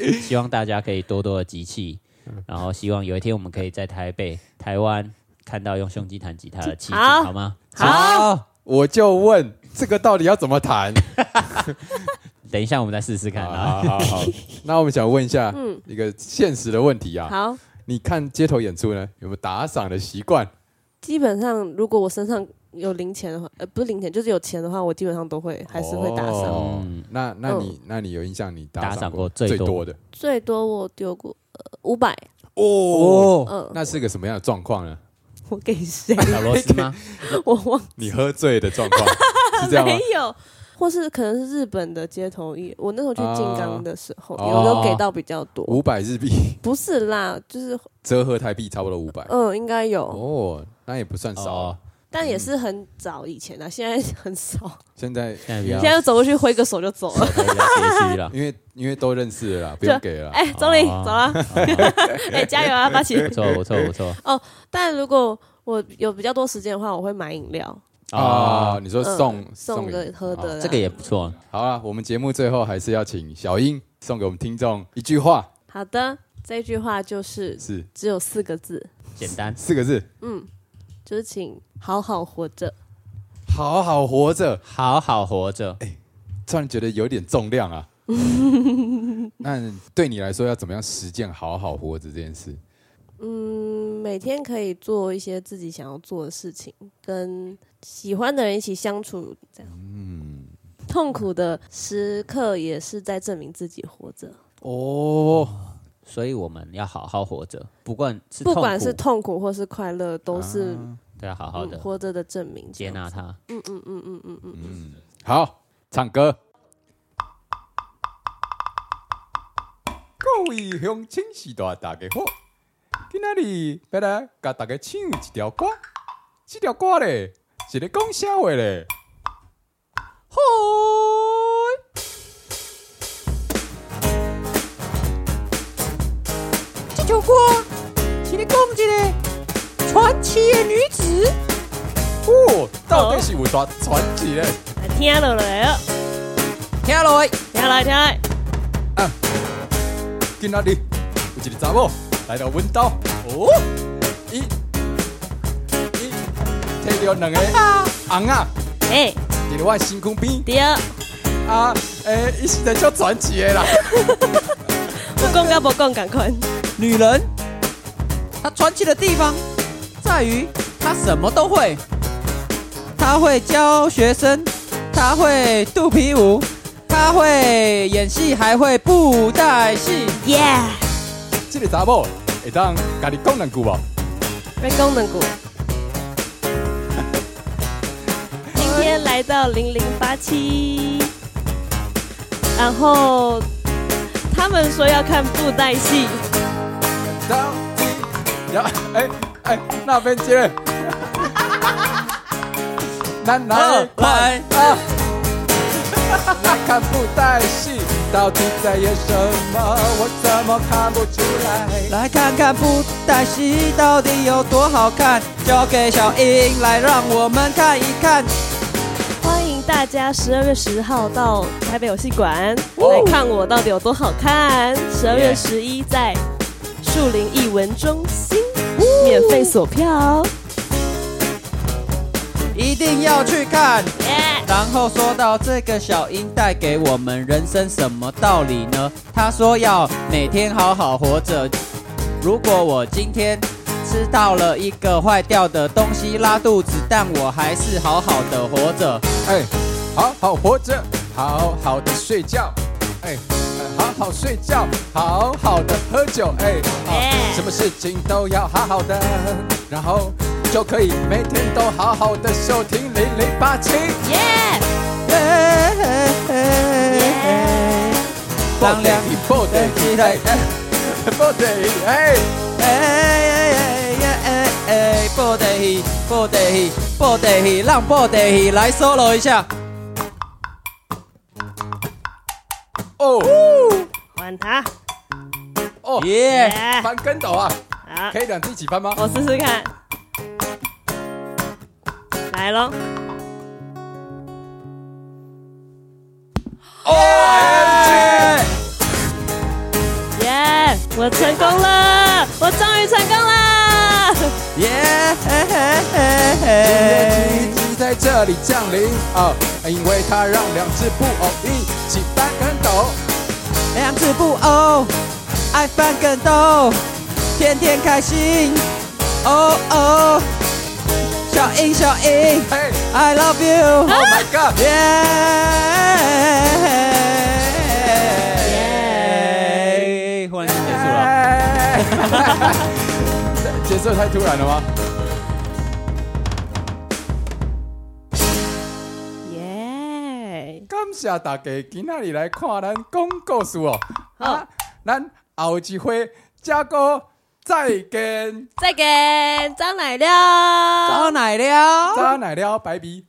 Speaker 3: 建议希望大家可以多多的集气，然后希望有一天我们可以在台北、台湾看到用胸肌弹吉他的气质，
Speaker 4: 好
Speaker 3: 好吗？
Speaker 2: 好，我就问这个到底要怎么谈？
Speaker 3: 等一下我们再试试看
Speaker 2: 好
Speaker 3: 啊。
Speaker 2: 好好 好，那我们想问一下一个现实的问题啊，
Speaker 4: 嗯好，
Speaker 2: 你看街头演出呢，有没有打赏的习惯？
Speaker 4: 基本上如果我身上有零钱的话，呃，不是零钱，就是有钱的话，我基本上都会还是会打赏。
Speaker 2: 哦
Speaker 3: 嗯
Speaker 2: 那那你那你有印象？你
Speaker 3: 打赏
Speaker 2: 赏
Speaker 3: 过最
Speaker 2: 最
Speaker 3: 多
Speaker 2: 多的
Speaker 4: 最多我丢过五百、
Speaker 2: 哦
Speaker 4: 嗯，
Speaker 2: 那是个什么样的状况呢？
Speaker 4: 500我给 谁？
Speaker 3: 小螺丝吗？
Speaker 4: 我忘
Speaker 2: 你喝醉的 状况是这样吗啊
Speaker 4: 没？有，或是可能是日本的街头艺人。我那时候去静冈的时候，
Speaker 2: 啊
Speaker 4: 有没有给到比较多？
Speaker 2: 五百日币
Speaker 4: 不是啦，就是
Speaker 2: 折合台币差不多五百
Speaker 4: 嗯，应该有，
Speaker 2: 哦，那也不算少
Speaker 3: 哦
Speaker 2: 啊。
Speaker 4: 但也是很早以前啦，现在 很少，
Speaker 2: 现在
Speaker 3: 现在比较
Speaker 4: 现在就走过去挥个手就走了。
Speaker 3: 比较谦 虚了。
Speaker 2: 因为因为都认识了啦，不用给了啦。
Speaker 4: 哎、总理，
Speaker 3: 哦
Speaker 4: 走了， 哎、加油啊，八旗！
Speaker 3: 不错不错不错
Speaker 4: 但如果我有比较多时间的话，我会买饮料，
Speaker 2: 啊，你说
Speaker 4: 嗯
Speaker 2: 送
Speaker 4: 送的
Speaker 2: 饮
Speaker 4: 喝的
Speaker 2: 好
Speaker 4: 啦。
Speaker 3: 哦这个也不错。
Speaker 2: 好了，我们节目最后还是要请小英送给我们听众一句话，
Speaker 4: 好的，这句话就是
Speaker 2: 是
Speaker 4: 只有四个字，
Speaker 3: 简单，
Speaker 2: 四个字：
Speaker 4: 就是请好好活着。
Speaker 2: 好好活着。
Speaker 3: 好好活着。
Speaker 1: 哎
Speaker 2: 突然觉得有点重量啊。那对你来说，要怎么样实践好好活着这件事？
Speaker 4: 嗯，每天可以做一些自己想要做的事情，跟喜欢的人一起相处，这样。嗯，痛苦的时刻也是在证明自己活着，
Speaker 2: 哦，
Speaker 3: 所以我们要好好活着，不管是
Speaker 4: 不管
Speaker 3: 苦
Speaker 4: 是痛苦或是快乐，都是、
Speaker 3: 都要好好
Speaker 4: 嗯
Speaker 3: 的
Speaker 4: 活着的证明。
Speaker 3: 接纳它。
Speaker 2: 好，唱歌。各位乡亲时代大家好，今仔日要来甲大家唱一条歌，这条歌咧是咧讲啥话咧？嗨！
Speaker 1: 这首歌是咧讲一个传奇的女子，
Speaker 2: 哦，到底是有啥传奇咧？
Speaker 4: 来听落来了，
Speaker 1: 听落来
Speaker 4: 听来听来，
Speaker 2: 今仔日有一个查某来到阮兜，哦，伊伊摕着两个红啊，
Speaker 4: 哎、
Speaker 2: 伫咧我的身躯边
Speaker 4: 对，哦
Speaker 2: 啊，诶、伊实在足传奇的啦。
Speaker 4: 我讲甲无讲共款，
Speaker 1: 女人，她传奇的地方在于她什么都会，她会教学生，她会肚皮舞，她会演戏，还会布袋戏。
Speaker 4: 耶、
Speaker 2: 这个查某会当甲你讲两句无？
Speaker 4: 要讲两句。今天来到零零八七，然后他们说要看布袋戏，
Speaker 2: 到底要诶诶哎那边接。 男男的
Speaker 1: 来，
Speaker 2: 啊，那看布袋戏到底在演什么？我怎么看不出来？
Speaker 1: 来看看布袋戏到底有多好看，交给小英来让我们看一看。
Speaker 4: 欢迎大家十二月十号到台北游戏馆来看我到底有多好看。十二月十一在树林艺文中心免费索票，
Speaker 1: 一定要去看。
Speaker 4: 耶！
Speaker 1: 然后说到这个小英带给我们人生什么道理呢？她说要每天好好活着。如果我今天吃到了一个坏掉的东西拉肚子，但我还是好好的活着。
Speaker 2: 哎，好好活着，好好的睡觉，哎，呃好好睡觉，好好的喝酒，哎，啊
Speaker 4: 哎
Speaker 2: 什么事情都要好好的，然后就可以每天都好好的收听零零八七。
Speaker 4: 耶！
Speaker 1: 当两
Speaker 2: 不得期待，不得哎，
Speaker 1: 哎哎哎哎哎，布袋戏，布袋戏，布袋戏，让布袋戏来 solo 一下。
Speaker 2: 哦
Speaker 4: 还他，
Speaker 2: 哦，哦
Speaker 1: 耶！
Speaker 4: 耶！
Speaker 2: 翻跟斗啊，
Speaker 4: 啊，
Speaker 2: 可以两只一起翻吗？
Speaker 4: 我试试看，来喽。耶！我成功了，我终于成功了。
Speaker 1: 耶！
Speaker 2: 今天奇迹在这里降临哦，因为它让两只布偶一起翻跟斗。
Speaker 1: 两只布偶，爱翻跟斗，天天开心。哦哦，小英小英
Speaker 2: 嘿
Speaker 1: ，I love you。
Speaker 2: ，Oh my God！
Speaker 1: 耶！
Speaker 3: 哎，忽然间结束
Speaker 2: à?
Speaker 3: 了，
Speaker 2: 节奏太突然了吗？
Speaker 4: 耶！
Speaker 2: 感谢大家今仔日来看咱讲故事哦。
Speaker 4: 好
Speaker 2: 啊，咱后一回再哥再见，
Speaker 4: 再见，张奶料。
Speaker 1: 招奶了。
Speaker 2: 早奶了，拜拜。